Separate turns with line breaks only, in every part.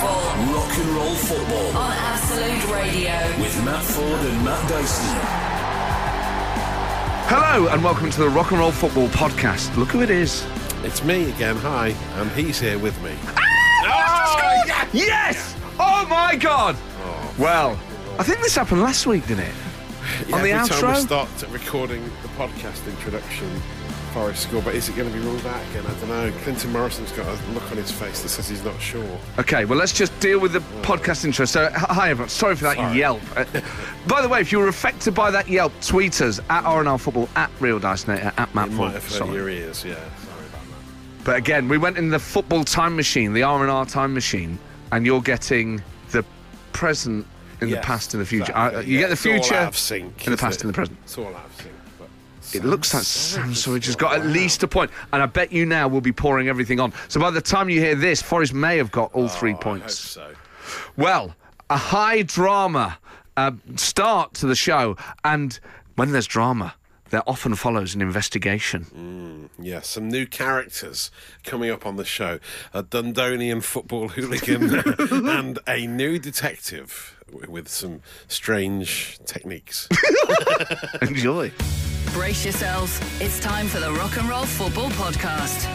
Rock and roll football
on Absolute Radio.
with Matt Ford and Matt Dyson.
Hello and welcome to the Rock and Roll Football Podcast. Look who it is.
It's me again, hi, and he's here with me.
Yes! Oh my god!
Oh.
Well, I think this happened last week, didn't it?
Yeah,
On the
every time
outro?
we start recording the podcast introduction, Forest score, but is it going to be ruled out again? I don't know. Clinton Morrison's got a look on his face that says he's not sure.
Okay, well, let's just deal with the podcast intro. So, h- hi everyone. Sorry for that yelp. Uh, by the way, if you were affected by that yelp, tweet us at RNL Football, at Real Dysonator, at Matt
It might
Ford.
have hurt
Sorry.
your ears, yeah. Sorry about that.
But again, we went in the football time machine, the R&R time machine, and you're getting the present in the
Yes,
past and the future.
exactly,
Uh, you
yeah.
get the
It's all
future
out of sync,
in the
isn't
past
it?
and the present.
It's all out of sync. But
It
Sam
looks like
Savage
Sam
has
Savage has
got-
got at
wow.
least a point, and I bet you now we'll be pouring everything on. So by the time you hear this, Forest may have got all three
Oh,
points.
I hope so.
Well, a high drama uh, start to the show, and when there's drama, there often follows an investigation.
Yeah, some new characters coming up on the show. A Dundonian football hooligan and a new detective w- with some strange techniques. Mm.
Enjoy.
Brace yourselves. It's time for the Rock and Roll Football Podcast.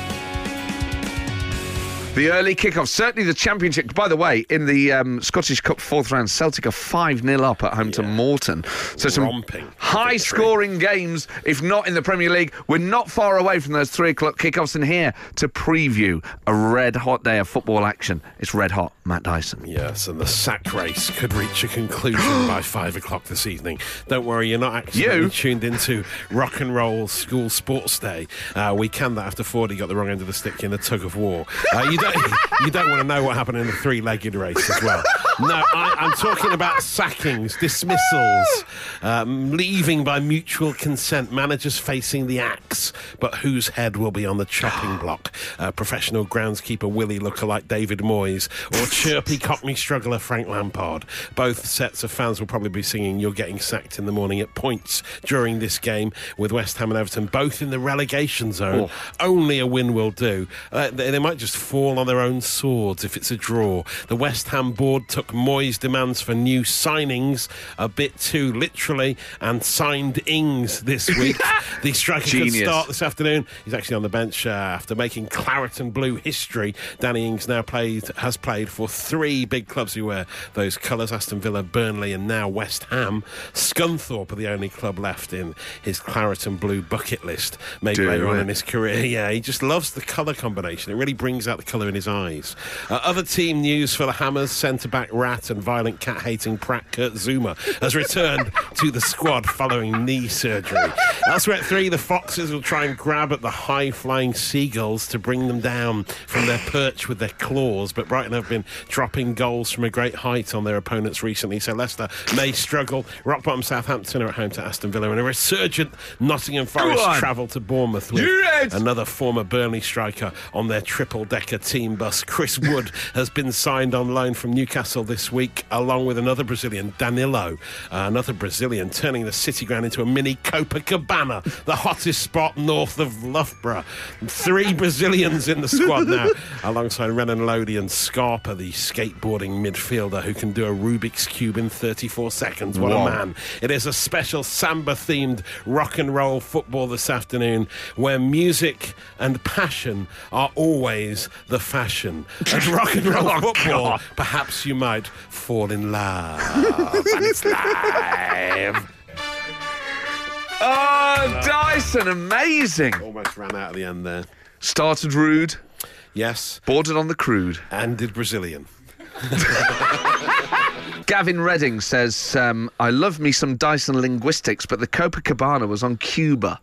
The early kickoff, certainly the championship. By the way, in the um, Scottish Cup fourth round, Celtic are 5 0 up at home to Morton. So some
Romping victory.
high scoring games, if not in the Premier League. We're not far away from those three o'clock kickoffs, and here to preview a red hot day of football action. It's red hot, Matt Dyson.
yes, and the sack race could reach a conclusion by five o'clock this evening. Don't worry, you're not accidentally
You?
tuned into Rock and Roll School Sports Day. Uh, we canned that after Fordy got the wrong end of the stick in the tug of war. Uh, you don't, you don't want to know what happened in the three-legged race as well. No, I, I'm talking about sackings, dismissals, um, leaving by mutual consent, managers facing the axe, but whose head will be on the chopping block? Uh, professional groundskeeper Willie lookalike David Moyes or chirpy Cockney struggler Frank Lampard. Both sets of fans will probably be singing You're Getting Sacked in the Morning at points during this game with West Ham and Everton, both in the relegation zone. Only a win will do. Uh, they, they might just fall on their own swords if it's a draw. The West Ham board took Moyes' demands for new signings a bit too literally and signed Ings this week. the striker could
Genius.
start this afternoon. He's actually on the bench uh, after making claret and blue history. Danny Ings now played has played for three big clubs who wear those colours: Aston Villa, Burnley, and now West Ham. Scunthorpe are the only club left in his claret and blue bucket list. Maybe
Do
later on
it.
in his career, yeah, he just loves the colour combination. It really brings out the colour in his eyes. Uh, other team news for the Hammers: centre back Rat and violent cat hating prat Kurt Zuma has returned to the squad following knee surgery. Elsewhere at three, the Foxes will try and grab at the high flying Seagulls to bring them down from their perch with their claws. But Brighton have been dropping goals from a great height on their opponents recently, so Leicester may struggle. Rock bottom Southampton are at home to Aston Villa, and a resurgent Nottingham
on.
Forest travel to Bournemouth with
Do it!
another former Burnley striker on their triple decker team bus. Chris Wood has been signed on loan from Newcastle this week, along with another Brazilian, Danilo, uh, another Brazilian, turning the city ground into a mini Copacabana, the hottest spot north of Loughborough. Three Brazilians in the squad now, alongside Renan Lodi and Scarpa, the skateboarding midfielder who can do a Rubik's Cube in 34 seconds. What
Wow.
a man. It is a special samba themed rock and roll football this afternoon where music and passion are always the fashion. And rock and roll
Oh,
football,
God.
perhaps you might fall in love. and it's live.
Oh, Dyson, amazing.
Almost ran out of the end there.
Started rude,
Yes,
bordered on the crude.
and did Brazilian.
Gavin Redding says, um, I love me some Dyson linguistics, but the Copacabana was on Cuba.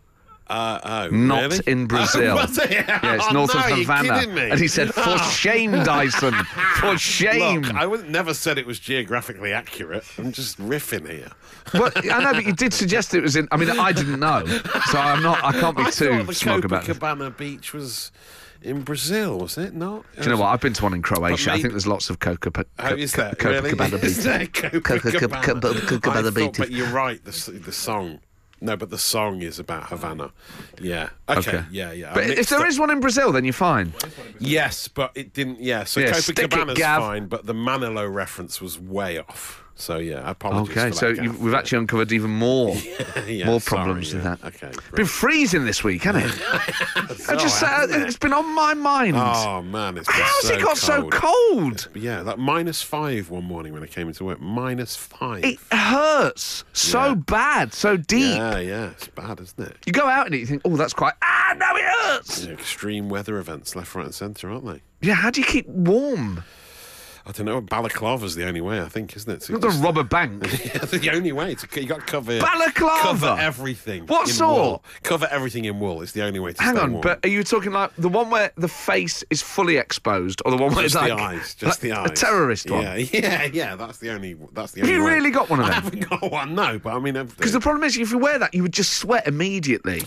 Uh, oh,
Not
really?
in Brazil.
Oh, was it?
Yeah, it's
Oh,
north
no,
of
you're
Havana.
kidding me.
And he said, For shame, Dyson. For shame.
Look, I would never said it was geographically accurate. I'm just riffing here.
well, I know, but you did suggest it was in. I mean, I didn't know. So I'm not. I can't be
I
too
thought the
smug about it.
Copacabana beach was in Brazil, was it not?
Do you know what? I've been to one in Croatia. I
maybe-
think there's lots of coca. Co-
How Oh, is that?
Coca-
really?
Cabana
Is
Beach.
there
Coca- Coca-
Copacabana?
Copacabana
I thought,
Beach.
But you're right. The, s- the song. No, but the song is about Havana. Yeah. Okay. Yeah, yeah. I
But if
mixed
there
up-
is one in Brazil, then you're fine.
Yes, but it didn't. Yeah, so
Yeah, stick it,
Copacabana's
Gav.
fine, but the Manilo reference was way off. So yeah, apologies.
Okay,
for
so
that,
you,
Gav.
we've actually uncovered even more
Yeah,
more
sorry,
problems
yeah.
with that.
Okay,
been
great.
freezing this week, hasn't it? I just sat, it's been on my mind.
Oh man, it's been
How's
so
it got so
cold?
cold?
Yeah, that minus five one morning when I came into work. Minus five.
It hurts so
Yeah.
bad, so deep.
yeah, yeah, it's bad, isn't it?
You go out in it, you think, oh, that's quite. Ah, no, it hurts.
Extreme weather events, left, right, and centre, aren't they?
Yeah, how do you keep warm?
I don't know. Balaclava's the only way, I think, isn't it? To
Not the
just-
rubber bank.
Yeah, the only way to you got to cover
Balaclava?
cover everything.
What
in
sort?
Wool. Cover everything in wool. It's the only way to
Hang
stay
on,
warm.
but are you talking like the one where the face is fully exposed, or the one where
just
it's like
the eyes, just
like
the eyes.
a terrorist one?
Yeah, yeah, yeah. That's the only. That's the
Have
only.
you
way.
really got one of
I
them?
haven't got one. No, but I mean, I've-
Because the problem is, if you wear that, you would just sweat immediately.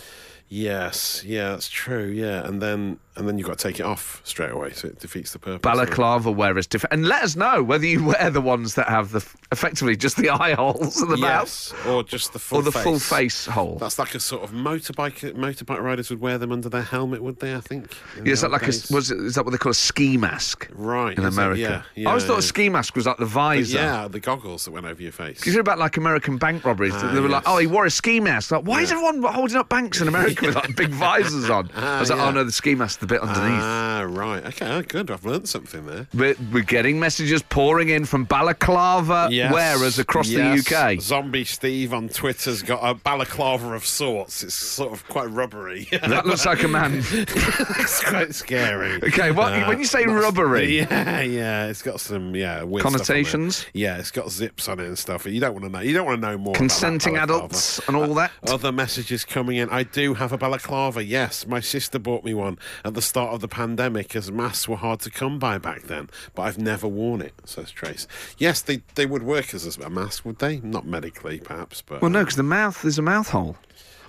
yes, yeah, that's true. Yeah, and then and then you've got to take it off straight away, so it defeats the purpose.
Balaclava wearers different, and let us know whether you wear the ones that have the effectively just the eye holes and the mouth,
Yes, or just the full
or the
face.
full face hole.
That's like a sort of motorbike. Motorbike riders would wear them under their helmet, would they? I think. in
Yeah, is
the
that like a,
old days.
was it, is that what they call a ski mask?
Right,
in
is it?
America.
Yeah, yeah,
I always thought
yeah.
a ski mask was like the visor.
Yeah, the goggles that went over your face.
You hear about like American bank robberies? that
Ah,
they were like,
yes.
"Oh, he wore a ski mask." Like, why is everyone holding up banks in America with like big visors on? I was like,
Ah, yeah.
"Oh no, the ski mask's the bit underneath."
Ah, right. Okay, oh, good. I've learned something there.
We're, we're getting messages pouring in from balaclava wearers across
yes.
the UK.
Zombie Steve on Twitter's got a balaclava of sorts. It's sort of quite rubbery.
That looks like a man.
it's quite scary. Uh,
Okay, what, when you say rubbery,
Yeah, yeah, it's got some yeah weird stuff on it.
Connotations?
Yeah, it's got zips on it and stuff. You don't want to know. You don't want to know more. about that
Consenting
balaclava. Oh.
adults and all that?
Other messages coming in. I do have a balaclava. Yes, my sister bought me one at the start of the pandemic, as masks were hard to come by back then. But I've never worn it. Says Trace. Yes, they they would work as a mask, would they? Not medically, perhaps, but uh,
well, no, because the mouth is a mouth hole.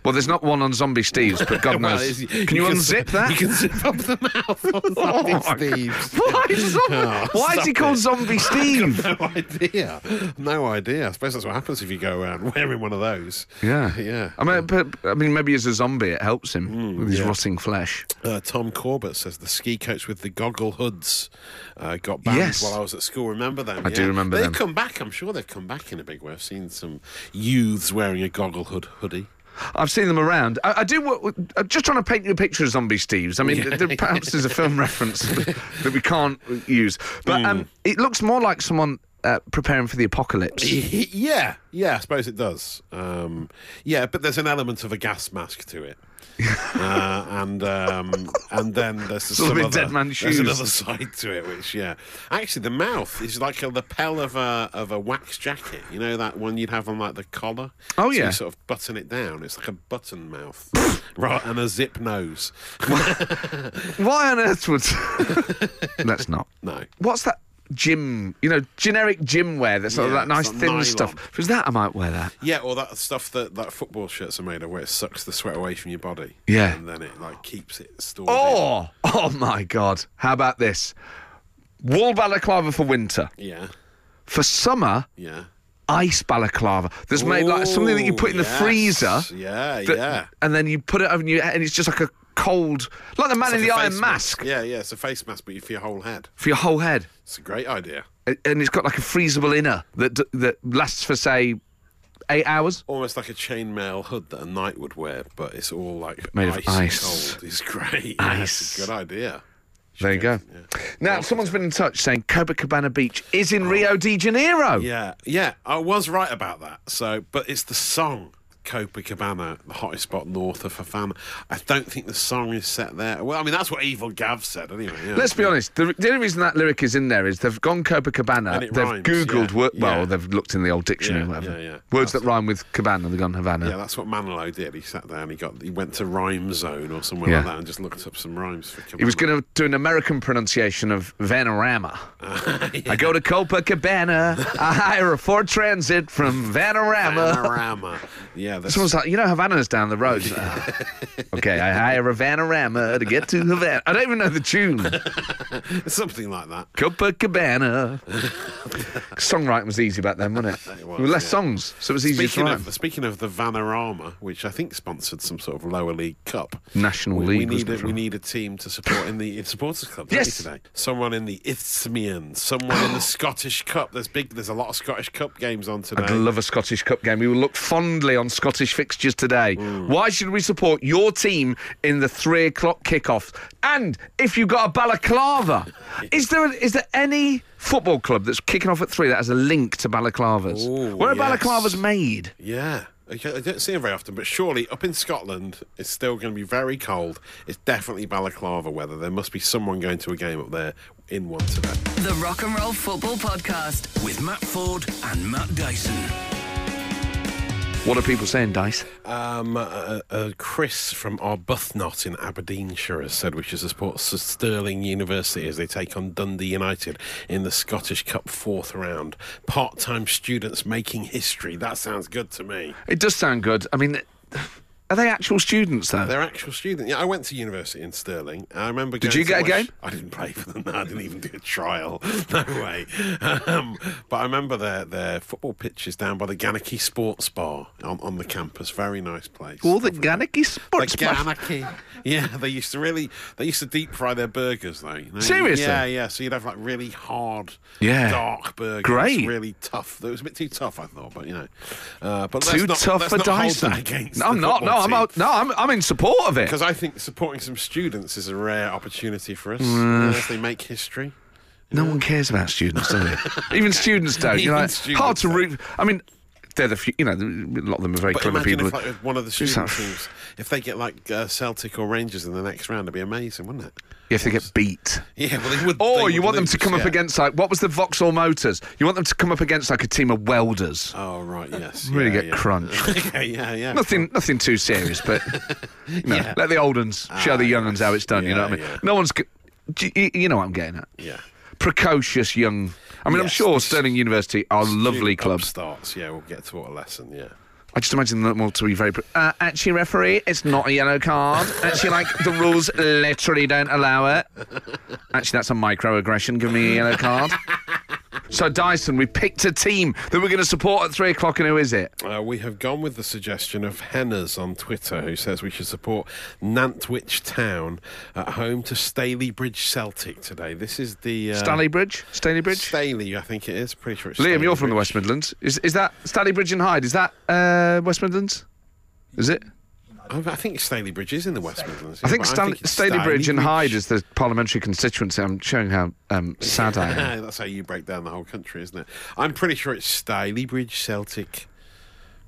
Well, there's not one on Zombie Steve's, but God
Well,
knows.
it's-
Can you, unzip
s-
that? Oh
You can zip up the mouth on Zombie
my God.
Steve's.
Why is, zom-
Oh,
why is
stop
he called
it.
Zombie Steve?
No idea. No idea. I suppose that's what happens if you go around wearing one of those.
Yeah,
Yeah.
I mean, but, I mean, maybe as a zombie, it helps him
Hmm,
with his rotting flesh.
Uh, Tom Corbett says the ski coats with the goggle hoods uh, got banned
Yes.
while I was at school. Remember them?
I do remember
they've
them.
come back. I'm sure they've come back in a big way. I've seen some youths wearing a goggle hood hoodie.
I've seen them around. I, I do. wa- I'm just trying to paint you a picture of Zombie Steve's. I mean, th- there perhaps there's a film reference that we can't use,
Hmm.
but um, it looks more like someone uh, preparing for the apocalypse.
yeah, yeah, I suppose it does. Um, yeah, but there's an element of a gas mask to it. uh, and um, and then there's
a
some
bit
other,
Dead Man
there's
Shoes.
another side to it, which yeah, actually the mouth is like a lapel of a of a wax jacket. You know that one you'd have on like the collar. So
Oh, yeah.
you sort of button it down. It's like a button mouth, right, and a zip nose.
Why on earth would? Let's not.
No.
What's that? Gym, you know, generic gym wear that's sort of
Yeah,
that nice
it's
thin
like nylon.
stuff. If it was that, I might wear that.
Yeah, or that stuff that, that football shirts are made of, where it sucks the sweat away from your body.
Yeah.
and then it like keeps it stored. in.
Or, oh my God, how about this? Wool balaclava for winter.
yeah,
For summer,
yeah.
ice balaclava. That's made like something that you put in
Ooh,
the freezer.
yes. Yeah,
that-
yeah.
And then you put it over you, and it's just like a cold, like the man in
It's
the
like a
iron
face
mask
Yeah, yeah, it's a face mask, but for your whole head.
for your whole head.
It's a great idea.
A- And it's got like a freezable inner that d- that lasts for say eight hours.
Almost like a chainmail hood that a knight would wear, but it's all like
Made of
ice, and
ice.
cold. It's great. Yeah, it's
Ice.
a good idea.
There you go. Now someone's been in touch saying Copacabana Beach is
Oh.
in Rio de Janeiro.
Yeah, yeah, I was right about that. So, but it's the song Copacabana, the hottest spot north of Havana. I don't think the song is set there. Well, I mean, that's what Evil Gav said anyway. yeah.
Let's be honest. The, the only reason that lyric is in there is they've gone Copacabana.
And it
they've
rhymes,
Googled
yeah.
wor- well.
Yeah.
They've looked in the old dictionary,
Yeah,
or whatever.
yeah, yeah.
Words that
Absolutely.
rhyme with Cabana, they've gone Havana.
Yeah, that's what Manilow did. He sat there and he got he went to Rhyme Zone or somewhere
Yeah.
like that and just looked up some rhymes for.
He was going to do an American pronunciation of Vanarama. I go to Copacabana. I hire a Ford Transit from Vanarama.
Panorama. Yeah, that's
Someone's like, you know, Havana's down the road. okay, I hire Havana Rama to get to Havana. I don't even know the tune.
something like that.
Copacabana. Songwriting was easy back then, wasn't it?
It was,
there were less
yeah.
songs, so it was easier to
Speaking
rhyme.
of, speaking of the Vanarama, which I think sponsored some sort of lower league cup,
National
we,
League,
We need,
wasn't
a,
it,
we
Ron?
need a team to support in the in supporters club. don't we,
Yes.
today someone in the Isthmian, someone in the Scottish Cup. There's big. There's a lot of Scottish Cup games on today.
I'd love a Scottish Cup game. We will look fondly on Scottish fixtures today.
Mm.
Why should we support your team in the three o'clock kickoff? And if you've got a balaclava, is there is there any football club that's kicking off at three that has a link to balaclavas?
Ooh,
Where are
yes.
balaclavas made?
Yeah. Okay, I don't see them very often, but surely up in Scotland, it's still going to be very cold. It's definitely balaclava weather. There must be someone going to a game up there in one today.
The Rock and Roll Football Podcast.
With Matt Ford and Matt Dyson.
What are people saying, Dice?
Um, uh, uh, Chris from Arbuthnot in Aberdeenshire has said we should support Sir Stirling University as they take on Dundee United in the Scottish Cup fourth round. Part time students making history. That sounds good to me.
It does sound good. I mean, are they actual students though?
They're actual students. Yeah, I went to university in Stirling. I remember. Did
you get a game?
I didn't play for them. No, I didn't even do a trial. No way. Um, but I remember their their football pitches down by the Ganaki Sports Bar on, on the campus. Very nice place.
All the Ganaki sports.
Like Ganaki. Yeah, they used to really they used to deep fry their burgers though. you know?
Seriously?
Yeah, yeah. So you'd have like really hard,
Yeah.
dark burgers.
Great.
Really tough. That was a bit too tough, I thought, but you know. Uh, but
Too
let's not,
tough
let's
for
not
Dyson.
Hold that against
no, I'm
the
not. No,
football
I'm
team.
out. No, I'm, I'm in support of it.
Because I think supporting some students is a rare opportunity for us
Mm.
as they make history.
No one cares about students, do they? Even students don't. You know,
Even
like,
students
hard to
don't.
root. I mean, they're the few. You know, the- a lot of them are very
But
clever
imagine
people.
if like, if one of the
Who's that?
student teams, if they get like uh, Celtic or Rangers in the next round, it'd be amazing, wouldn't it?
You have to get beat.
Yeah, well, they would. they
Or
would
Oh, you want them to
lose,
come up
yeah.
against like what was the Vauxhall Motors? You want them to come up against like a team of welders.
Oh right, yes.
Really
yeah,
get
yeah.
crunched.
okay, yeah, yeah.
Nothing, nothing too serious, but you know,
Yeah.
let the old uns show the
Ah,
young uns how it's done. you know
yeah,
what I mean?
yeah.
No one's. g- do You, you know what I'm getting at.
Yeah.
Precocious young. I mean, I'm
Yes,
sure
the
Stirling University are lovely clubs.
Starts. Yeah, we'll get to what a lesson. Yeah.
I just imagine them all to be very. Uh, actually, referee, it's not a yellow card. Actually, like the rules literally don't allow it. Actually, that's a microaggression. Give me a yellow card. So Dyson, we picked a team that we're going to support at three o'clock, and who is it?
Uh, we have gone with the suggestion of Henners on Twitter, who says we should support Nantwich Town at home to Staley Bridge Celtic today. This is the uh,
Stanley Bridge, Stanley Bridge.
Staley, I think it is. Pretty sure. It's
Liam,
Staley
you're from the
Bridge.
West Midlands. Is is that Stanley Bridge and Hyde? Is that uh, West Midlands? Is it?
I, I think Staley Bridge is in the West Midlands.
I
yeah,
think
but
Stanley,
it's
Staley Bridge and Hyde
Bridge.
is the parliamentary constituency. I'm showing how um, sad I am.
That's how you break down the whole country, isn't it? I'm pretty sure it's Staley Bridge Celtic,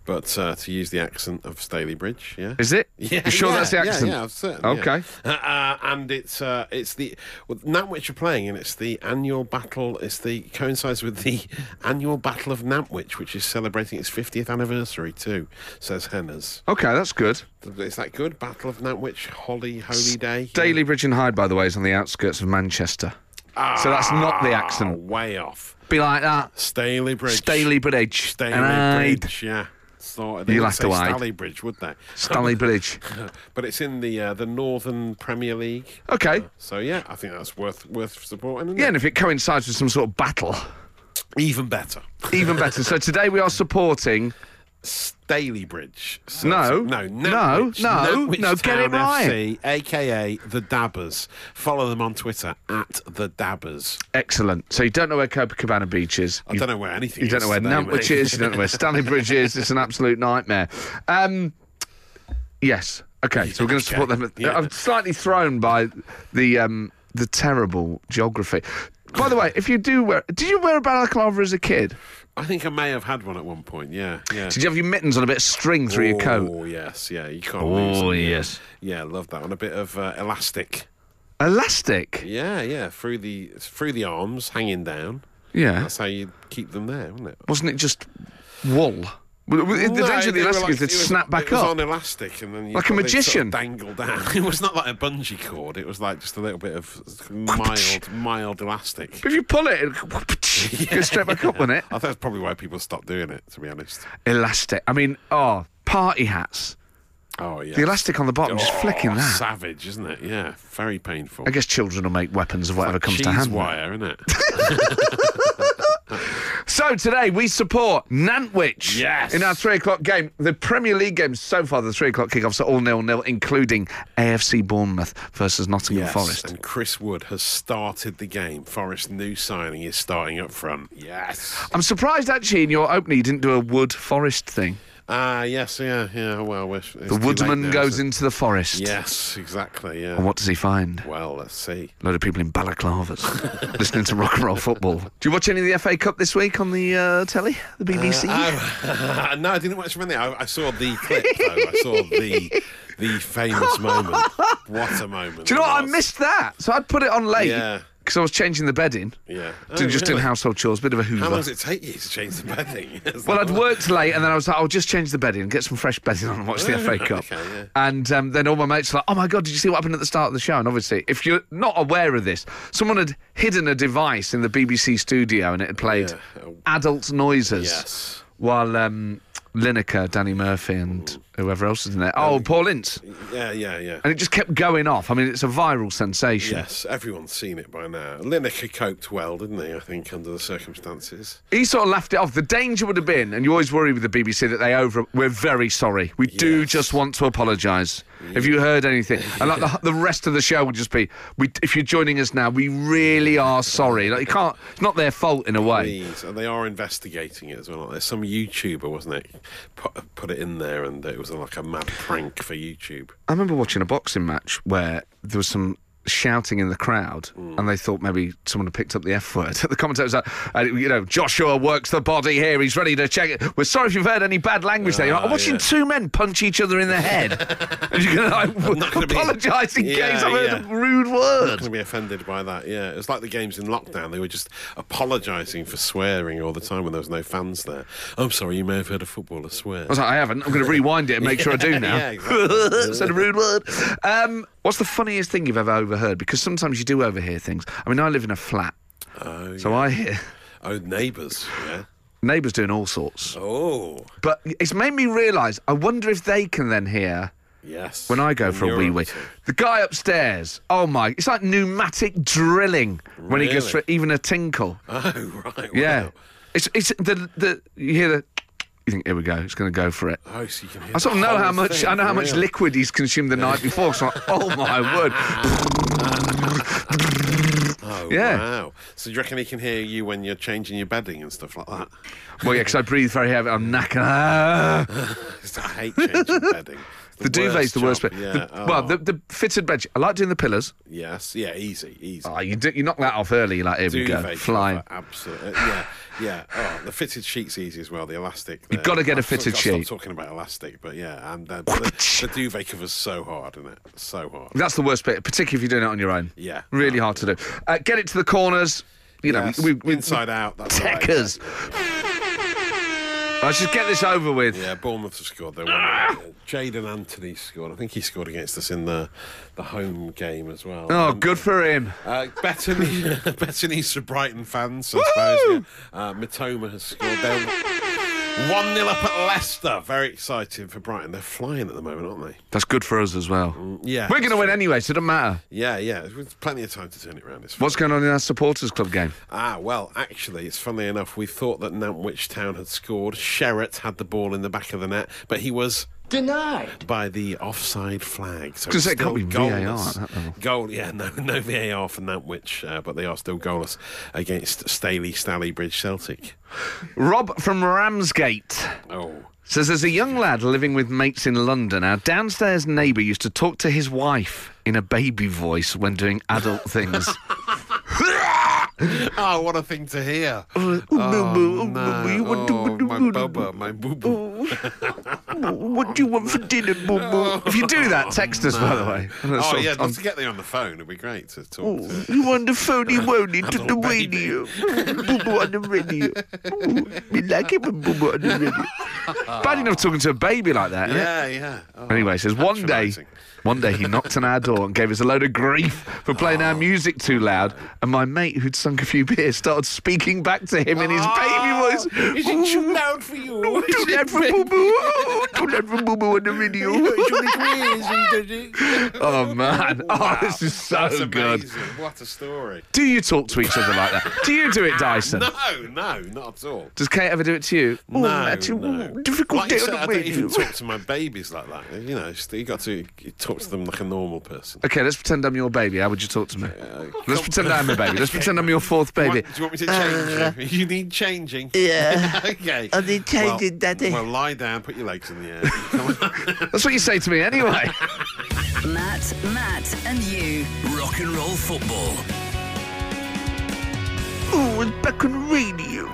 but uh, to use the accent of Staley Bridge, yeah.
Is it?
Yeah,
you sure
yeah,
that's the accent?
Yeah, yeah, I'm certain.
Okay.
yeah. Uh, uh, and it's uh, it's the well, Nantwich are playing, and it's the annual battle. It's the coincides with the annual battle of Nantwich, which is celebrating its 50th anniversary too. Says Henners.
Okay, that's good.
Is that good? Battle of Nantwich, Holly, Holy Day.
Daily Bridge and Hyde, by the way, is on the outskirts of Manchester. so that's not the
Ah,
accent.
way off.
Be like that.
Staley Bridge.
Staley Bridge.
Staley
and Hyde.
Bridge. Yeah. Sorted.
You'll
They'd
have to
say
hide.
Staley Bridge, would they?
Stanley Bridge.
but it's in the uh, the Northern Premier League.
Okay.
So yeah, I think that's worth worth supporting. Isn't
Yeah,
it?
and if it coincides with some sort of battle,
even better.
even better. so today we are supporting.
Staley Bridge. So-
No.
no,
No,
Nantwich.
no,
Nantwich
no, get it
Town
right.
FC, aka the Dabbers. Follow them on Twitter at the Dabbers.
Excellent. So you don't know where Copacabana Beach is.
I don't know where anything.
You
is
don't know where
today,
Nantwich
mate.
is. You don't know where Stanley Bridge is. It's an absolute nightmare. Um, yes. Okay. So we're going to
Okay.
support them.
Yeah.
I'm slightly thrown by the um, the terrible geography. By the way, if you do wear, did you wear a balaclava as a kid?
I think I may have had one at one point. Yeah, yeah.
Did you have your mittens on a bit of string through your coat?
Oh yes, yeah. You can't lose.
Oh,
them, yeah.
yes.
Yeah, love that one. A bit of uh, elastic. Oh.
Elastic.
Yeah, yeah. Through the through the arms, hanging down.
Yeah.
That's how you keep them there, isn't it?
Wasn't it just wool? Well,
No,
The danger of the
they were
elastic
like-
is they'd
it was-
snap back
it was
up.
on elastic and then you
Like a
thought they'd sort of
magician.
dangle down. It was not like a bungee cord. It was like just a little bit of mild, mild elastic.
If you pull it, it goes straight back up, wouldn't it?
I think that's probably why people stopped doing it. To be honest,
Elastic. I mean, oh, party hats.
Oh, yeah. Oh,
The elastic on the bottom, just flicking that.
Savage, isn't it? Yeah, very painful.
I guess children will make weapons of whatever comes
Cheese
to hand.
wire, isn't it?
So today we support Nantwich
Yes.
in our three o'clock game. The Premier League games so far, the three o'clock kickoffs are all nil nil, including AFC Bournemouth versus Nottingham Forest.
And Chris Wood has started the game. Forest's new signing is starting up front. Yes.
I'm surprised actually in your opening you didn't do a wood forest thing.
Ah, yes, yeah, yeah. Well, we're, it's
The
too
woodman
late now,
goes
isn't
into the forest.
it? Yes, exactly. Yeah.
And what does he find?
Well, let's see.
A load of people in balaclavas listening to rock and roll football. Do you watch any of the FA Cup this week on the uh, telly, the BBC?
Uh, Oh, no, I didn't watch from there. I, I saw the clip. Though. I saw the the famous moment. What a moment!
Do you know
it
what? I
was.
missed that. So I'd put it on late
Yeah.
because I was changing the bedding.
Yeah.
Did-
Oh,
just
really?
in household chores, bit of a hoover.
How long does it take you to change the bedding? Is
Well,
that
I'd
what-
worked late, and then I was like, "I'll just change the bedding, get some fresh bedding on, and watch the FA Cup."
oh, Okay, yeah.
And um, then all my mates were like, "Oh my god, did you see what happened at the start of the show?" And obviously, if you're not aware of this, someone had hidden a device in the BBC studio, and it had played
Yeah. Oh.
adult noises
Yes.
while um, Lineker, Danny Murphy, and whoever else was in there. Oh, Paul Ince,
Yeah, yeah, yeah.
and it just kept going off. I mean, it's a viral sensation.
Yes, everyone's seen it by now. Lineker coped well, didn't he? I think under the circumstances.
He sort of laughed it off. The danger would have been, and you always worry with the BBC that they over. We're very sorry. We do
Yes.
just want to apologise. Have you heard anything? And like the, the rest of the show would just be, we, if you're joining us now, we really are sorry. Like you can't. It's not their fault in a way.
Please, and they are investigating it as well. aren't they? some YouTuber, wasn't it? Put, put it in there, and it was like a mad prank for YouTube.
I remember watching a boxing match where there was some shouting in the crowd,
Mm.
and they thought maybe someone had picked up the F word. the commentator was like, uh, you know, Joshua works the body here. He's ready to check it. We're sorry if you've heard any bad language there. You're like,
Ah,
I'm watching
yeah.
two men punch each other in the head. and you're going to like,
gonna be-
apologise in
Yeah,
case I've heard
yeah.
a rude
not
word.
going to be offended by that. Yeah, it was like the games in lockdown. They were just apologising for swearing all the time when there was no fans there. I'm sorry, you may have heard a footballer swear.
I was like, I haven't. I'm going to rewind it and make sure I do now.
yeah, exactly.
Said a rude word. Um, what's the funniest thing you've ever overheard? Because sometimes you do overhear things. I mean, I live in a flat,
oh,
so I hear
oh, neighbours. Yeah.
neighbours doing all sorts.
Oh,
But it's made me realise. I wonder if they can then hear
yes.
when I go
When
for a
you're
wee
up
wee.
to-
The guy upstairs. Oh my! It's like pneumatic drilling when he goes
Really?
for even a tinkle.
Oh right.
yeah,
wow.
it's it's the the you hear the. You think here we go? It's going to go for it.
Oh, so you can hear
I sort of
the
know how
whole
much
thing,
I know how much
really.
liquid he's consumed the night before. So I'm like, oh my word!
Oh,
Yeah.
Wow. So do you reckon he can hear you when you're changing your bedding and stuff like that?
Well, yeah, because I breathe very heavy. I'm knackered. Ah.
I hate changing bedding.
The duvet's the worst
job.
bit.
Yeah.
The- Well,
oh,
the, the fitted bed. I like doing the pillars.
yes. Yeah. Easy. Easy.
Oh, you do, you knock that off early. You're like here we go,
duvet
flying.
cover, Absolutely. uh, Yeah. Yeah. Oh, the fitted sheet's easy as well. The elastic. You've
gotta get a fitted sheet.
Stop talking about elastic, but yeah, and uh, the, the duvet cover's so hard, isn't it? So hard.
That's the worst bit, particularly if you're doing it on your own.
Yeah.
Really hard to do. Uh, get it to the corners. You know,
Yes,
we, we,
inside out. That's right.
Techers. Let's just get this over with.
Yeah, Bournemouth have scored. They won. it. Jaden Anthony scored. I think he scored against us in the the home game as well.
Oh,
Um,
good for him.
Uh, better, ne- better news for Brighton fans, I suppose. Yeah. Uh, Matoma has scored. They're 1 0 up at Leicester. Very exciting for Brighton. They're flying at the moment, aren't they?
That's good for us as well.
Mm, yeah,
We're going to
that's
win anyway, so it doesn't matter.
Yeah, yeah. There's plenty of time to turn it around. It's
What's going on in our supporters club game?
Ah, well, actually, it's funny enough. We thought that Nantwich Town had scored. Sherratt had the ball in the back of the net, but he was denied by the offside flag. So
Because
it's
it can't
still
be VAR at
goalless.
that level.
Goal, yeah, no, no VAR for Nantwich, uh, but they are still goalless against Staley Stally Bridge Celtic.
Rob from Ramsgate
Oh,
says There's a young lad living with mates in London. Our downstairs neighbour used to talk to his wife in a baby voice when doing adult things.
oh, what a thing to hear!
Oh,
Oh,
no.
no. Oh, my bubba, my boo boo.
What do you want for dinner, Boo Boo? If you do that, text us, by the way. That's
Oh
on-
yeah,
on-
let's get there on the phone. It'd be great to talk to.
you want the phony wony to the
Hello, baby.
radio. Boo Boo on the radio. Ooh, Me like it when Boo Boo on the radio. Bad enough talking to a baby like that. innit?
Yeah, yeah. Oh,
Anyway, he says one day,
patronising.
one day he knocked on our door and gave us a load of grief for playing
Oh.
our music too loud. And my mate, who'd sunk a few beers, started
Ah,
speaking back to him in his baby voice. Oh,
Is it too loud for you?
Too loud for Boo Boo. oh, don't have a boo on the video. oh, man. Oh, this is so
That's
good.
amazing. What a story.
Do you talk to each other like that? Do you do it, Dyson?
No, no, not at all.
Does Kate ever do it to you?
No,
oh, that's a
no.
difficult
Like
day
you
on
said, I
the
don't even
radio.
talk to my babies like that. You know, it's- you got to you talk to them like a normal person.
Okay, let's pretend I'm your baby. How would you talk to me? let's pretend I'm a baby. Let's pretend I'm your fourth
Do you
baby.
want- do you want me to
Uh,
change you? You need changing.
Yeah.
okay.
I need changing,
well,
Daddy.
Well, lie down, put your legs in the air. Come on.
That's what you say to me anyway.
Matt, Matt, and you.
Rock and roll football.
Ooh, it's back on the radio.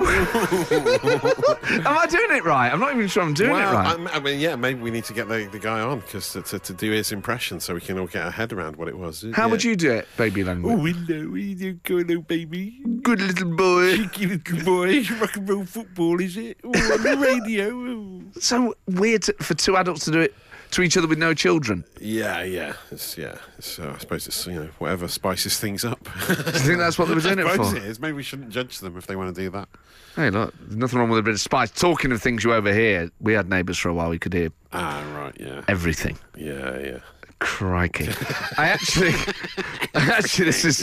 Am I doing it right? I'm not even sure I'm doing it
Well,
right.
I'm- I mean, yeah, maybe we need to get the, the guy on because to, to, to do his impression so we can all get our head around what it was.
How would you do it, baby language?
Window, you go little baby.
good little boy.
Good boy, rock and roll football, is it? Oh, on the radio.
So weird to, for two adults to do it to each other with no children.
Yeah, yeah, it's, yeah. So I suppose it's you know whatever spices things up.
Do you think that's what they were doing it
I suppose
for?
it is. Maybe we shouldn't judge them if they want to do that.
Hey, look, there's nothing wrong with a bit of spice. Talking of things you overhear, we had neighbours for a while. We could hear
Ah, right, yeah,
everything.
yeah, yeah.
Crikey! I actually, I actually, this is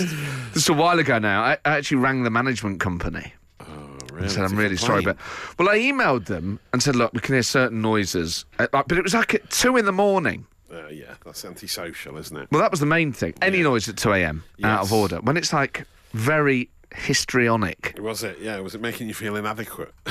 this is a while ago now. I, I actually rang the management company.
Oh, really?
said,
It's
I'm
a
really sorry, but
complaint.
well, I emailed them and said, look, we can hear certain noises, Uh, like- but it was like at two in the morning.
Uh, yeah, that's antisocial, isn't it?
Well, that was the main thing. Any noise at two a.m. out of
Yes.
order when it's like very histrionic.
Was it? Yeah, was it making you feel inadequate?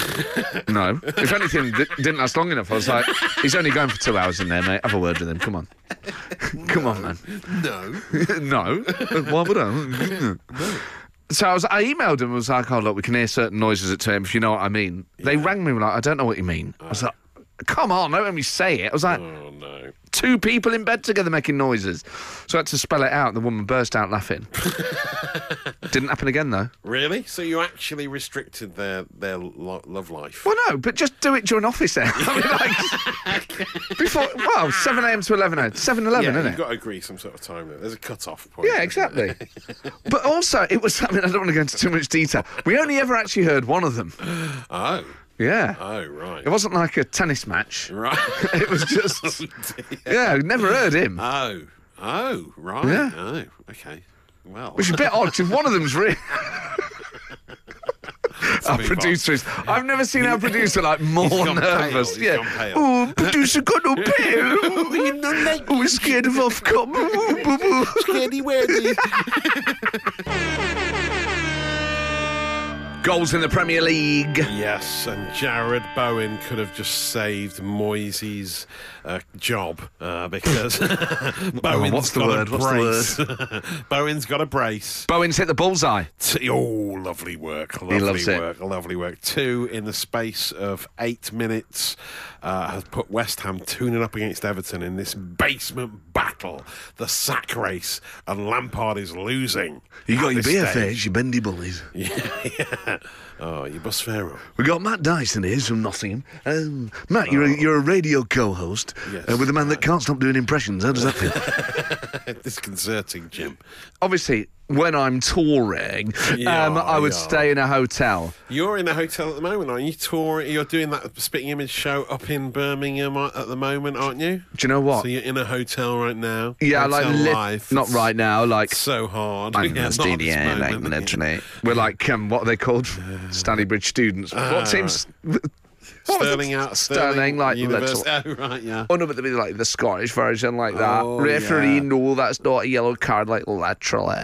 No, if anything, th- didn't last long enough. I was like, he's only going for two hours in there, mate. Have a word with him. Come on, come on, man.
no.
no. Why would I? So I was. I emailed him. and was like, "Oh look, we can hear certain noises at time. If you know what I mean." They rang me. Were like, "I don't know what you mean." I was like, "Come on, don't let me say it." I was like,
Oh no.
two people in bed together making noises." So I had to spell it out. And the woman burst out laughing. Didn't happen again though.
Really? So you actually restricted their their lo- love life?
Well, no, but just do it during office hours. I mean, like, before well, seven a.m. to eleven a.m. Seven eleven,
Yeah,
isn't
you've
it?
got to agree some sort of time. There. There's a cut-off point.
Yeah, exactly. but also, it was. I mean, I don't want to go into too much detail. We only ever actually heard one of them.
Oh,
Yeah.
oh, right,
It wasn't like a tennis match.
right.
It was just. yeah, never heard him.
Oh, oh, right.
Yeah.
Oh, okay. Well,
Which is a bit odd because one of them's real. Our
move
producer is. I've never seen our producer like more
gone pale.
nervous.
He's
yeah.
gone pale.
Oh, producer got all pale. oh, we're scared of Ofcom. Ooh, boo, boo. Goals in the Premier League.
yes, and Jared Bowen could have just saved Moise's uh, job uh, because Bowen's
Oh, what's the
got
word?
a
What's
brace. Bowen's got a brace.
Bowen's hit the bullseye.
T- oh, lovely work. Lovely
loves it.
work. Lovely work. Two in the space of eight minutes uh, has put West Ham 2 0 up against Everton in this basement battle, the sack race, and Lampard is losing. at this stage.
your bendy bullies.
yeah. Oh, you bust fair up.
We got Matt Dyson here from Nottingham. Um, Matt, you're, a, you're a radio co-host
Oh. Yes.
uh, with a man that can't stop doing impressions. How does that feel?
Disconcerting, Jim.
Obviously, when I'm touring,
Yeah,
um, I would
yeah.
stay in a hotel.
You're in a hotel at the moment, aren't you? Touring, you're doing that spitting image show up in Birmingham uh, at the moment, aren't you?
Do you know what?
So you're in a hotel right now.
yeah, like
hotel
li-
life.
not
It's-
right now. Like
It's so hard.
I'm
Yeah,
a
not at this
student, like
moment.
literally. We're like um, what are they called? Stanley Bridge students. what teams? What was it?
Ah, Sterling out.
Sterling, like
University.
let's-
Oh, right, yeah.
Oh no, but they'd be like the Scottish version, like that.
Oh,
Referee,
yeah.
no, that's not a yellow card, like laterally.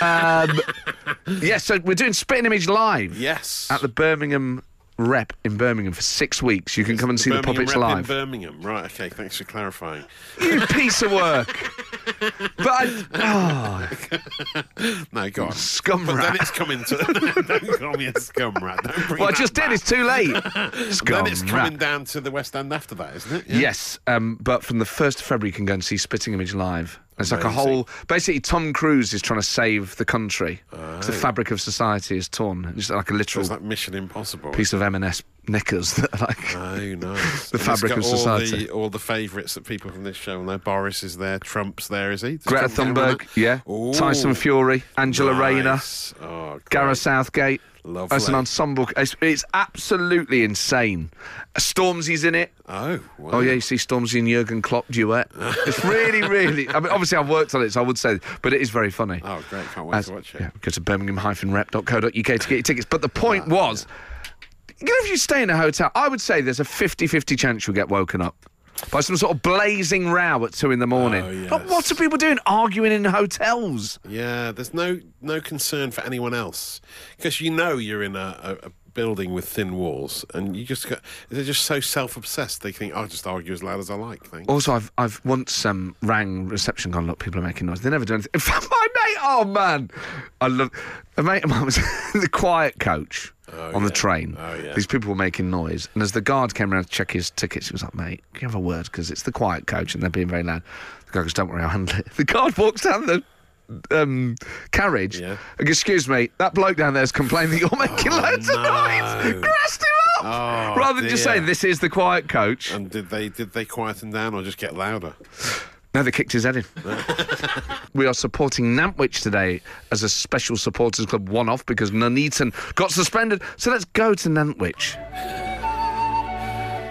um, yeah, so we're doing Spitting Image live.
Yes.
at the Birmingham Rep in Birmingham for six weeks. You can come and see the
Birmingham
puppets
Rep in
live.
Birmingham. Right, okay, thanks for clarifying.
you piece of work. But I, oh,
No, go on.
scum
But then
rat.
it's coming to. don't call me a scum rat. Don't bring
What I
that
just did
back.
is too late.
Then
Scum
it's coming
rat.
down to the West End after that, isn't it?
Yes, um, but from the 1st of February, you can go and see Spitting Image live. It's like a
Amazing.
whole. Basically, Tom Cruise is trying to save the country. 'cause The fabric of society is torn. It's like a literal
It's like Mission Impossible.
piece of M&S knickers that are like.
Oh, nice.
The
And it's
fabric
got
of
all
society.
The, all the favourites that people from this show will know. Boris is there. Trump's there, is he? Does
Greta
Trump count on
Thunberg,
that?
yeah.
Ooh,
Tyson Fury, Angela Rayner,
nice. Oh, great.
Gareth Southgate.
Lovely.
That's an ensemble. It's, it's absolutely insane. Stormzy's in it.
oh, wow.
Oh yeah, you see Stormzy and Jurgen Klopp duet. It's really, really. I mean, obviously I've worked on it, so I would say, but it is very funny.
Oh, great. Can't wait
As-
to watch it.
Yeah, go to birmingham-rep.co.uk to get your tickets. But the point
Ah,
was, you know, if you stay in a hotel, I would say there's a 50-50 chance you'll get woken up by some sort of blazing row at two in the morning.
Oh,
Like,
yes.
what are people doing arguing in hotels?
Yeah, there's no no concern for anyone else because you know you're in a, a, a building with thin walls, and you just got, they're just so self obsessed. They think I'll just argue as loud as I like. Thanks.
Also, I've I've once um, rang reception gone, look, people are making noise. They never do anything. In fact, my mate, oh man, I love. A mate of mine was the quiet coach on the
yeah.
train.
Oh, yeah.
These people were making noise, and as the guard came around to check his tickets, he was like, "Mate, can you have a word? Because it's the quiet coach, and they're being very loud." The guy goes, "Don't worry, I'll handle it." The guard walks down the. Um, carriage.
Yeah. Oh,
And goes, Excuse me, that bloke down there's complaining that you're making loads of
no.
noise. Grassed him up.
Oh,
Rather than just
dear.
saying, This is the quiet coach.
And did they did they quieten down or just get louder?
No, they kicked his head in. we are supporting Nantwich today as a special supporters club one off because Nuneaton got suspended. So let's go to Nantwich.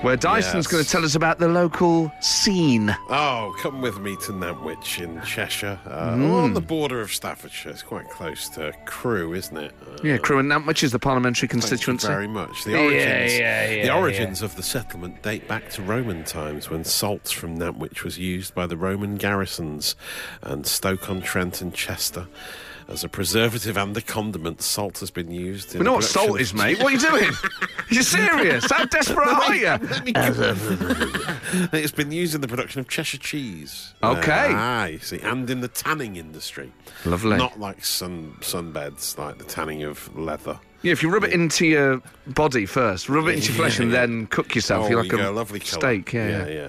Where Dyson's
Yes.
going to tell us about the local scene.
Oh, come with me to Nantwich in Cheshire, uh,
Hmm.
on the border of Staffordshire. It's quite close to Crewe, isn't it? Uh,
Yeah, Crewe and Nantwich is the parliamentary
Thank you
constituency.
very much. The
Yeah,
origins,
yeah,
the
yeah,
origins of the settlement date back to Roman times when salts from Nantwich was used by the Roman garrisons and Stoke-on-Trent and Chester. As a preservative and a condiment, salt has been used. In
We know what
the
salt
production-
is, mate. What are you doing? You're serious? How desperate are you?
It's been used in the production of Cheshire cheese.
Okay.
Ah, you see, and in the tanning industry.
Lovely.
Not like sun sunbeds, like the tanning of leather.
Yeah, if you rub it into your body first, rub it into your flesh, and then cook yourself.
Oh,
You're like
you
a,
go, lovely colour.
steak. Yeah, yeah.
yeah. yeah.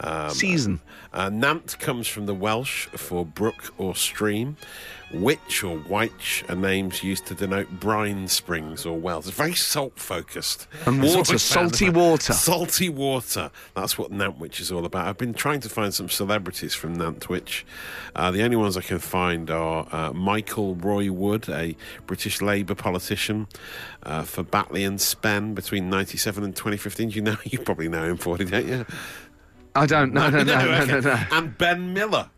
Um,
Season.
Uh, Nant comes from the Welsh for brook or stream. Witch or Wyche are names used to denote brine springs or wells. It's very salt focused.
And
It's
water,
always found
salty
about-
water.
Salty water. That's what Nantwich is all about. I've been trying to find some celebrities from Nantwich. Uh, the only ones I can find are uh, Michael Roy Wood, a British Labour politician uh, for Batley and Spen between 97 and 2015. Do you know? You probably know him for it, don't you?
I don't. No, no, no, no,
okay.
no, no.
And Ben Miller.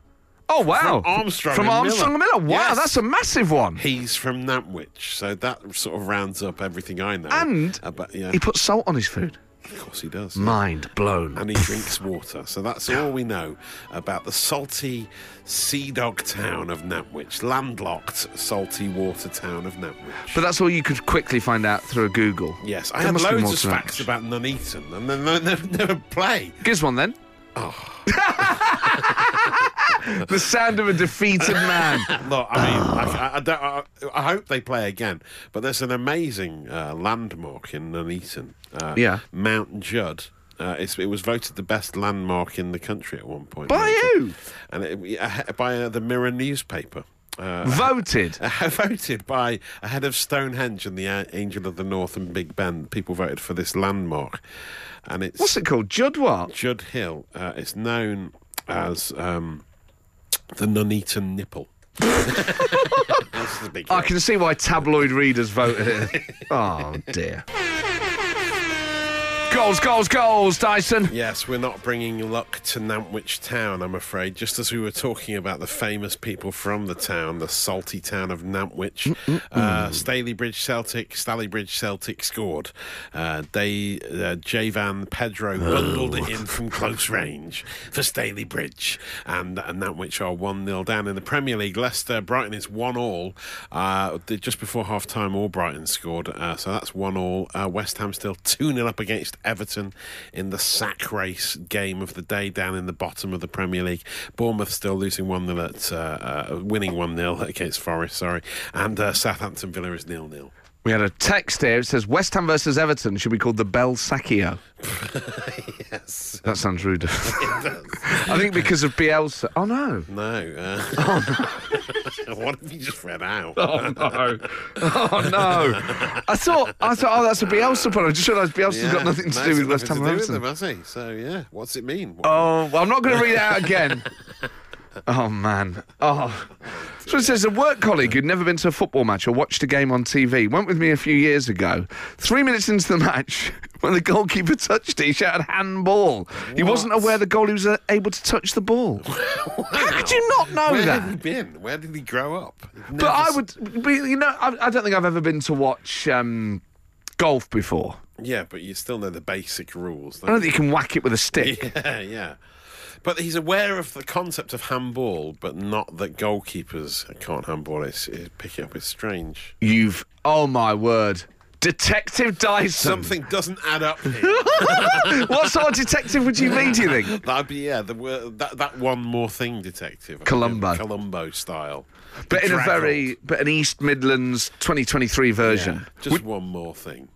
Oh wow!
From Armstrong
From
and
Armstrong
Miller.
and Miller. Wow,
Yes.
that's a massive one.
He's from Nantwich, so that sort of rounds up everything I know.
And
about, yeah,
He put salt on his food.
of course he does.
Mind blown.
and he drinks water, so that's all we know about the salty sea dog town of Nantwich, landlocked salty water town of Nantwich.
but that's all you could quickly find out through a Google.
yes, I
There
have
must be
loads
more
of
to that.
facts about Nuneaton, and then they never, never play.
Gives one then. Oh. the sound of a defeated man.
Look, I mean, I, I, I don't, I, I hope they play again, but there's an amazing uh, landmark in Nuneaton. Uh,
Yeah.
Mount Judd. Uh, it's, it was voted the best landmark in the country at one point.
By
Mount
who?
Judd. And it, uh, by uh, the Mirror newspaper. Uh,
Voted.
voted by ahead of Stonehenge and the uh, Angel of the North and Big Ben. People voted for this landmark, and it's
What's it called? Judd what?
Judd Hill. Uh, it's known as um, the Nuneaton Nipple. That's the big
I
hill.
can see why tabloid readers voted it. oh dear. Goals, goals, goals, Dyson.
Yes, we're not bringing luck to Nantwich town, I'm afraid. Just as we were talking about the famous people from the town, the salty town of Nantwich, uh, Stalybridge Celtic, Stalybridge Celtic scored. Uh, they, uh, Javan Pedro bundled it in from close range for Stalybridge, and, and Nantwich are 1 0 down in the Premier League. Leicester, Brighton is 1 all. Uh, th- just before half time, all Brighton scored, uh, so that's 1 all. Uh, West Ham still 2 0 up against Everton in the sack race game of the day down in the bottom of the Premier League. Bournemouth still losing 1 0 at, uh, uh, winning 1 0 against Forest, sorry. And uh, Southampton Villa is 0 0.
We had a text here. It says West Ham versus Everton should be called the Bell Sacchio.
Yes.
That sounds rude. I think because of Bielsa. Oh no.
No. Uh, oh, no. what have you just read out?
Oh no! Oh no! I thought I thought oh that's a Bielsa product. I just realised Bielsa's
Yeah,
got nothing to
no,
do
it's got
with West
nothing
Ham
to do with them,
Everton.
has he? So, yeah, what's it mean? What-
Oh well, I'm not going to read it out again. Oh man. Oh. So it says a work colleague who'd never been to a football match or watched a game on TV went with me a few years ago. Three minutes into the match, when the goalkeeper touched it, he shouted handball. He wasn't aware the goalie was uh, able to touch the ball. How could you not know
Where
that?
had he been? Where did he grow up?
But I would, be, you know, I, I don't think I've ever been to watch um, golf before.
Yeah, but you still know the basic rules.
I
Don't
don't think you can whack it with a stick.
you? Yeah, yeah. But he's aware of the concept of handball, but not that goalkeepers can't handball. It's, it, pick it up is strange.
You've, oh my word, Detective Dyson.
Something doesn't add up. Here.
what sort of detective would you be? Do you think?
That'd be yeah. The, wor- that that one more thing, detective.
Columbo.
Columbo style,
But in a
Bedraggled.
very, but an East Midlands 2023 version.
Yeah, just one more thing.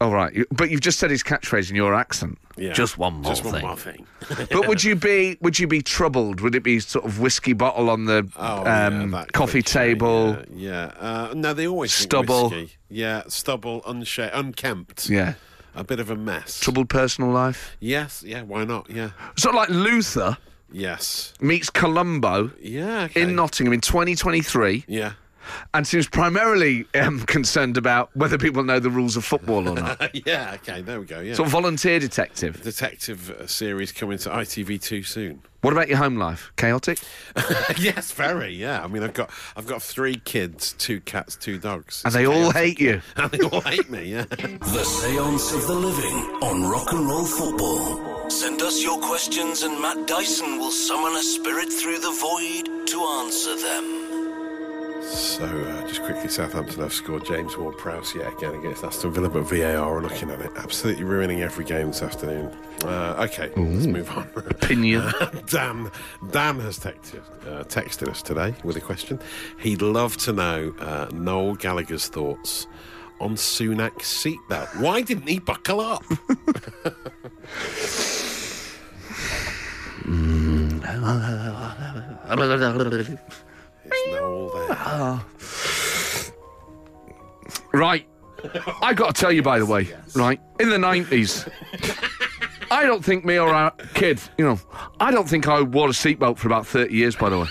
All right, you- but you've just said his catchphrase in your accent.
Yeah.
Just one more
Just one
thing.
more thing.
But would you be would you be troubled? Would it be sort of whiskey bottle on the
Oh, yeah,
um,
that
coffee
cliche,
table?
Yeah. yeah. Uh, no, they always think
Stubble.
whiskey. Yeah, stubble, unsha- unkempt.
Yeah.
A bit of a mess.
Troubled personal life.
Yes. Yeah. Why not? Yeah.
Sort of like Luther
Yes.
meets Columbo
Yeah. okay.
in Nottingham in 2023,
Yeah.
and seems primarily um, concerned about whether people know the rules of football or not.
yeah. Okay. There we go. Yeah.
sort of volunteer detective.
Detective uh, series coming to ITV2 soon.
What about your home life? Chaotic.
yes, very. Yeah. I mean, I've got I've got three kids, two cats, two dogs.
And
It's
they all
chaotic.
hate you.
And they all hate me. Yeah.
The Seance of the Living on Rock and Roll Football. Send us your questions and Matt Dyson will summon a spirit through the void to answer them.
So, uh, just quickly, Southampton have scored James Ward Prowse yet again against Aston Villa, but VAR are looking at it. Absolutely ruining every game this afternoon. Uh, okay,
Mm-hmm.
let's move on.
Pinion.
Dan, Dan has texted, uh, texted us today with a question. He'd love to know uh, Noel Gallagher's thoughts on Sunak's seatbelt. Why didn't he buckle up? It's Noel there.
Right. I got to tell you, by the way, right, in the 90s, I don't think me or our kid, you know, I don't think I wore a seatbelt for about 30 years, by the way.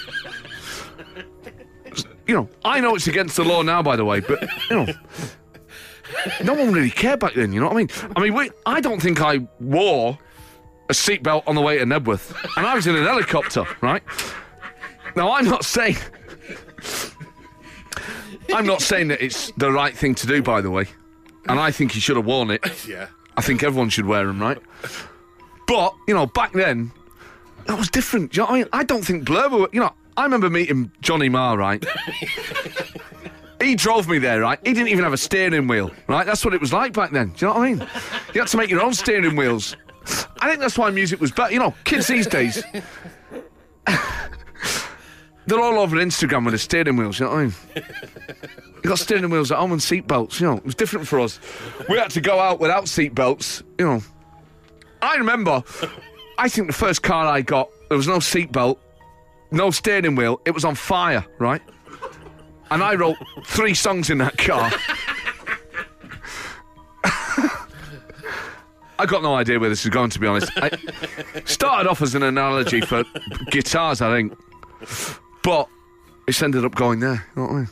You know, I know it's against the law now, by the way, but, you know, no one really cared back then, you know what I mean? I mean, we, I don't think I wore a seatbelt on the way to Nebworth, and I was in an helicopter, right? Now, I'm not saying. I'm not saying that it's the right thing to do, by the way. And I think he should have worn it.
Yeah.
I think everyone should wear them, right? But, you know, back then, that was different. Do you know what I mean? I don't think Blur were, you know, I remember meeting Johnny Marr, right? he drove me there, right? He didn't even have a steering wheel, right? That's what it was like back then. Do you know what I mean? You had to make your own steering wheels. I think that's why music was better. You know, kids these days, they're all over Instagram with the steering wheels, you know what I mean? You got steering wheels at home and seat belts, you know. It was different for us. We had to go out without seat belts, you know. I remember, I think the first car I got, there was no seat belt, no steering wheel. It was on fire, right? And I wrote three songs in that car. I got no idea where this is going, to be honest. I started off as an analogy for guitars, I think, but it's ended up going there. You know what I mean?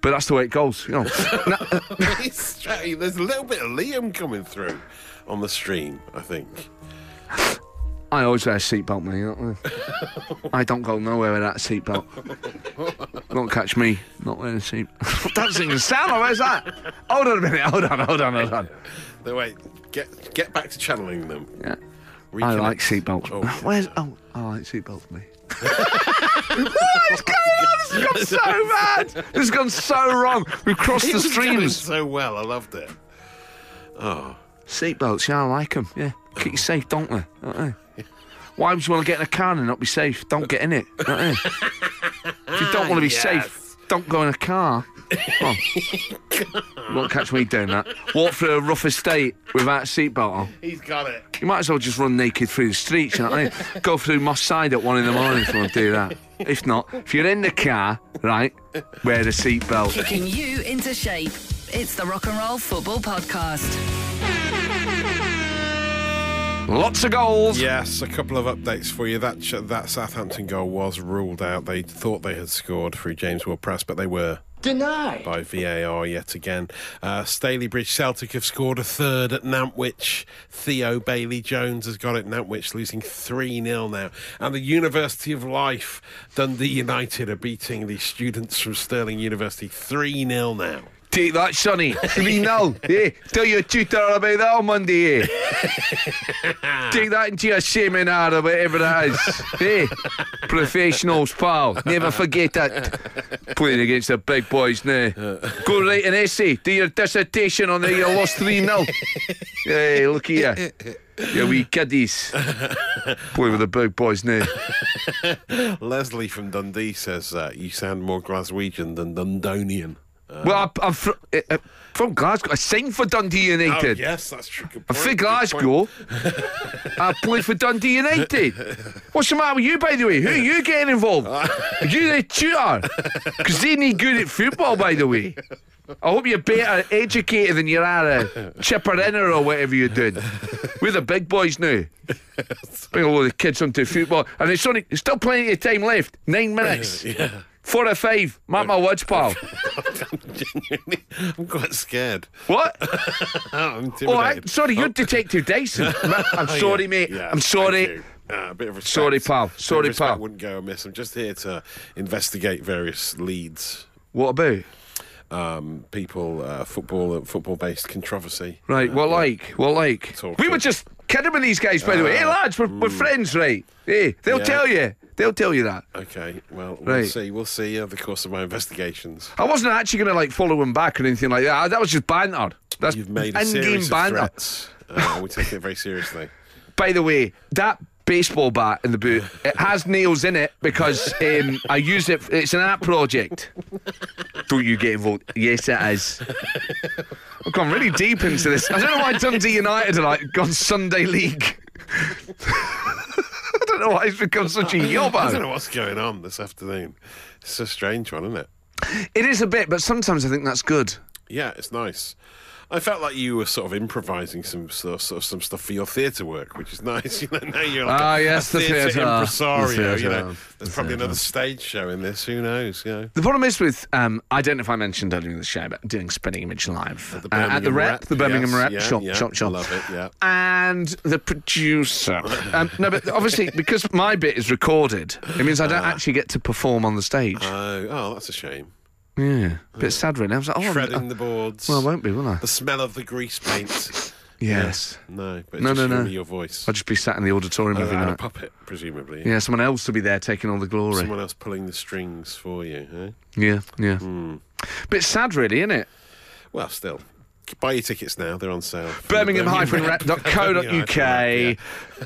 But that's the way it goes, you know. Now-
It's strange. There's a little bit of Liam coming through on the stream, I think.
I always wear a seatbelt, mate. You know what I mean? I don't go nowhere without a seatbelt. don't catch me not wearing a seat. that doesn't even sound like where's that? Hold on a minute. Hold on. Hold on. Hold on.
No, wait. Get get back to channeling them.
Yeah. I
Reconnect.
like seatbelts.
Oh,
where's oh I like seatbelts, mate. what is going on? This has gone so bad. This has gone so wrong. We've crossed the
It was going
streams.
so well. I loved it.
Seatbelts, yeah, I like them. Yeah, keep you safe, don't they? Don't they? Why would you want to get in a car and not be safe? Don't get in it. Don't they? if you don't want to be safe, don't go in a car. Come on. you won't catch me doing that. Walk through a rough estate without a seatbelt on.
He's got it.
You might as well just run naked through the streets, you know what I mean? Go through Moss Side at one in the morning if you want to do that. If not, if you're in the car, right, wear the seatbelt.
Kicking you into shape. It's the Rock and Roll Football Podcast.
Lots of goals.
Yes, a couple of updates for you. That ch- that Southampton goal was ruled out. They thought they had scored through James Ward Press, but they were denied by VAR yet again. Uh, Stalybridge Celtic have scored a third at Nantwich. Theo Bailey Jones has got it. Nantwich losing three 0 now, and the University of Life Dundee United are beating the students from Stirling University three 0 now.
Take that, Sonny. 3 0. Yeah. Tell your tutor about that on Monday. eh? Take that into your seminar or whatever it is. Hey, professionals, pal. Never forget it. Playing against the big boys now. Go write an essay. Do your dissertation on how you lost 3 0. Hey, look at you. You wee kiddies. Play with the big boys now.
Leslie from Dundee says uh, you sound more Glaswegian than Dundonian.
well, I, I'm fr- uh, uh, from Glasgow. I signed for Dundee
Oh,
United.
yes, that's true. Good
I
point,
think
good point.
Glasgow. I played for Dundee United. What's the matter with you, by the way? Who are you getting involved? Are you the tutor? Because they need good at football, by the way. I hope you're better educated than you are a chipper inner or whatever you're doing. We're the big boys now. Bring all the kids onto football. And it's only still plenty of time left. Nine minutes.
Yeah.
Four or five. Mark my words, pal.
I'm genuinely, I'm quite scared.
What?
I'm intimidated.
Oh, I, sorry, you're Detective Dyson. I'm
Oh, Yeah.
sorry, mate.
Yeah,
I'm
thank
sorry.
you. Ah, a bit of respect.
Sorry, pal.
Bit of
Sorry,
respect
pal.
Wouldn't go amiss. I'm just here to investigate various leads,
What about?
um, people, uh, football, football-based controversy.
Right, well, like, well, like.
all
We
good.
were
Ah, mm.
just kidding with these guys, by the way. Hey, lads, we're, we're friends, right? Hey, they'll
Yeah.
tell you. They'll tell you that.
Uh, Okay. Well, we'll
Right.
see. We'll see over the course of my investigations.
I wasn't actually going to, like, follow him back or anything like that. I- That was just banter. That's
You've made a
in-game
series of
banter.
threats. Uh, we take it very seriously.
By the way, that baseball bat in the boot, it has nails in it because um, I use it. It's an app project. Don't you get involved? Yes, it is. I've gone really deep into this. I don't know why Dundee United are like gone Sunday League. I don't know why it's become such a
I don't
yobbo.
know what's going on this afternoon. It's a strange one, isn't it?
It is a bit, but sometimes I think that's good.
Yeah, it's nice. I felt like you were sort of improvising some sort of, sort of some stuff for your theatre work, which is nice. You know, now you're like
Ah,
a,
yes,
a
the
theatre
theatre.
impresario.
The theatre.
You know,
The
there's probably another stage show in this. Who knows? You know.
The problem is with um, I don't know if I mentioned earlier in the show, but doing Spinning Image Live
the
Uh, at the
Birmingham
rep,
Rep,
the Birmingham
yes,
Rep,
yeah,
shop,
yeah,
shop, shop.
love it, yeah.
And the producer. um, no, but obviously because my bit is recorded, it means I
Uh.
don't actually get to perform on the stage.
Oh, oh, that's a shame.
yeah, bit sad really. I was like, oh,
Shredding
uh,
the boards.
well, I won't be, will I?
The smell of the grease paint.
Yes,
No, but
No,
just
no, no.
hearing your voice. Uh,
I'll just be sat in the auditorium every
and a
night.
puppet, presumably.
Yeah, someone else will be there taking all the glory.
Someone else pulling the strings for you. Eh?
Yeah, yeah.
Hmm.
Bit sad, really, isn't it?
Well, still. Buy your tickets now. They're on sale. From the Birmingham Rep,
birmingham-rep.co.uk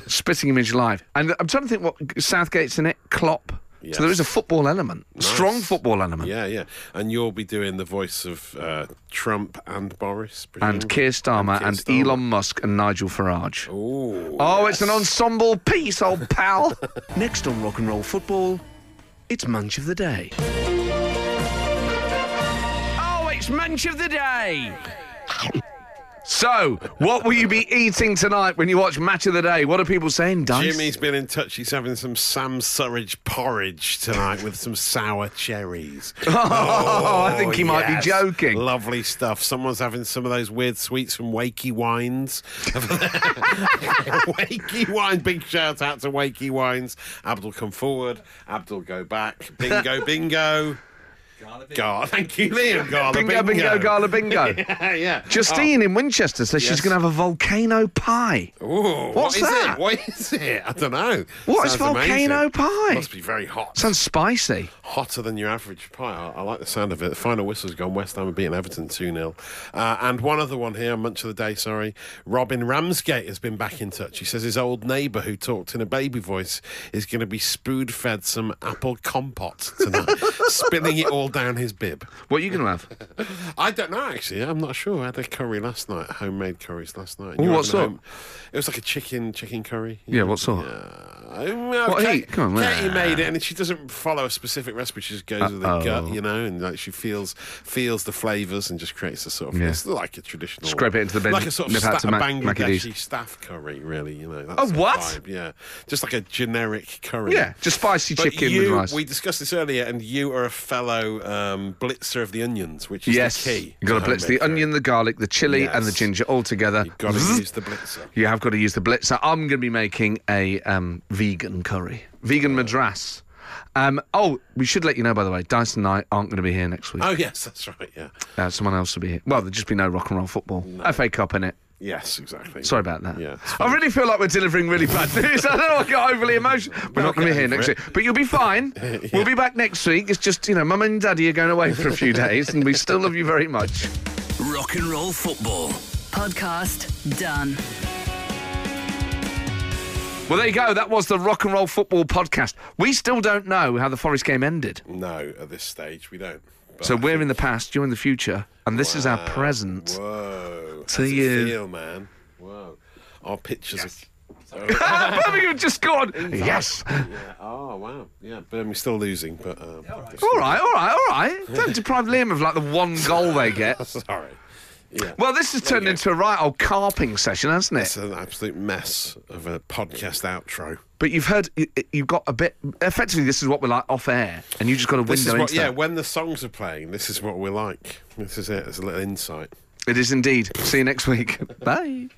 spitting image live and i'm trying to think what southgate's in it klopp
Yes.
so there is a football element strong football element
Yeah, yeah. And you'll be doing the voice of uh, Trump and Boris.
and
presumably.
keir starmer and,
Keir Starmer.
elon musk and nigel farage
Ooh.
oh it's an ensemble piece old pal
Next on Rock and Roll Football, it's Munch of the Day.
oh it's munch of the day so what will you be eating tonight when you watch match of the day what are people saying Dice?
Jimmy's been in touch. He's having some Sam Surridge porridge tonight with some sour cherries.
Oh, I think he might be
yes.
joking.
Lovely stuff. Someone's having some of those weird sweets from Wakey Wines. Wakey Wine. Big shout out to Wakey Wines. Abdul come forward. Abdul go back. Bingo, bingo. Gala bingo. Thank you, Liam. Gala
bingo bingo gala bingo
yeah, yeah.
Justine in Winchester says she's
Yes.
going to have a volcano pie.
Oh, ooh,
What's
what is
that?
it? What is it? I don't know.
What is
Sounds amazing.
volcano pie?
Must be very hot.
Sounds spicy.
hotter than your average pie. I, I like the sound of it. The final whistle's gone. West Ham are beating Everton 2 0. Uh, and one other one here, Munch of the Day, sorry. Robin Ramsgate has been back in touch. He says his old neighbour who talked in a baby voice is going to be spoon fed some apple compote tonight, spilling it all down his bib.
What are you going to have?
I don't know, actually. I'm not sure. I had a curry last night, homemade curries last night. and
Ooh,
you
what
were having a
sort?
home- It was like a chicken chicken curry.
Yeah, what sort?
Uh, No. Well,
What,
Kate,
he- come on,
Katie
nah.
made it, and she doesn't follow a specific recipe. She just goes with the gut,
Uh-oh.
you know, and like she feels feels the flavours and just creates a sort of
Yeah.
it's like a traditional
Scrape it into the bin,
like a sort of
nip
sta-
out to
a
Ma- Mac and
Bangladeshi staff curry, really. You know, that's
Oh,
the
what?
vibe, Yeah, just like a generic curry.
Yeah, just spicy
But
chicken
you-
with rice.
We discussed this earlier, and you are a fellow um, blitzer of the onions, which is
yes,
the key.
you got to blitz the
onion.
onion, the garlic, the chili, and the
Yes.
ginger all together.
You've got to
Zzz.
use the blitzer.
You have got to use the blitzer. I'm going to be making a um, vegan curry,
Oh.
vegan madras. Um, oh, we should let you know, by the way, Dyson and I aren't going to be here next week.
Oh yes, that's right. Yeah.
Uh, someone else will be here. Well, there'll just be no rock and roll football. FA Cup in it.
Yes, exactly.
Sorry about that.
Yeah, it's
I really feel like we're delivering really bad news. I don't know. I get overly emotional. We're not going to
get
be here
over
next
it.
week, but you'll be fine. We'll be back next week. It's just you know, mum and daddy are going away for a few days, and we still love you very much.
Rock and roll football.
Podcast done.
Well, there you go. That was the rock and roll football podcast. We still don't know how the Forest game ended,
No, at this stage we don't. But Ah,
so we're in the past, you're in the future, and this is our present.
Whoa.
To
How does it
you.
feel, man. Whoa. Our pictures. Are...
Ah, Birmingham just scored. Yes.
yeah. Oh wow. Yeah. Birmingham's still losing, but. Um, just-
All right, all right, all right. Don't deprive Liam of like the one goal they get.
Sorry. Yeah.
Well, this has turned into a right old carping session, hasn't it?
it's an absolute mess of a podcast outro.
But you've heard, you- you've got a bit. Effectively, this is what we're like off air, and you just got a
This
window
is what,
into
yeah,
that.
when the songs are playing, this is what we're like. This is it. It's a little insight.
It is indeed. See you next week. Bye.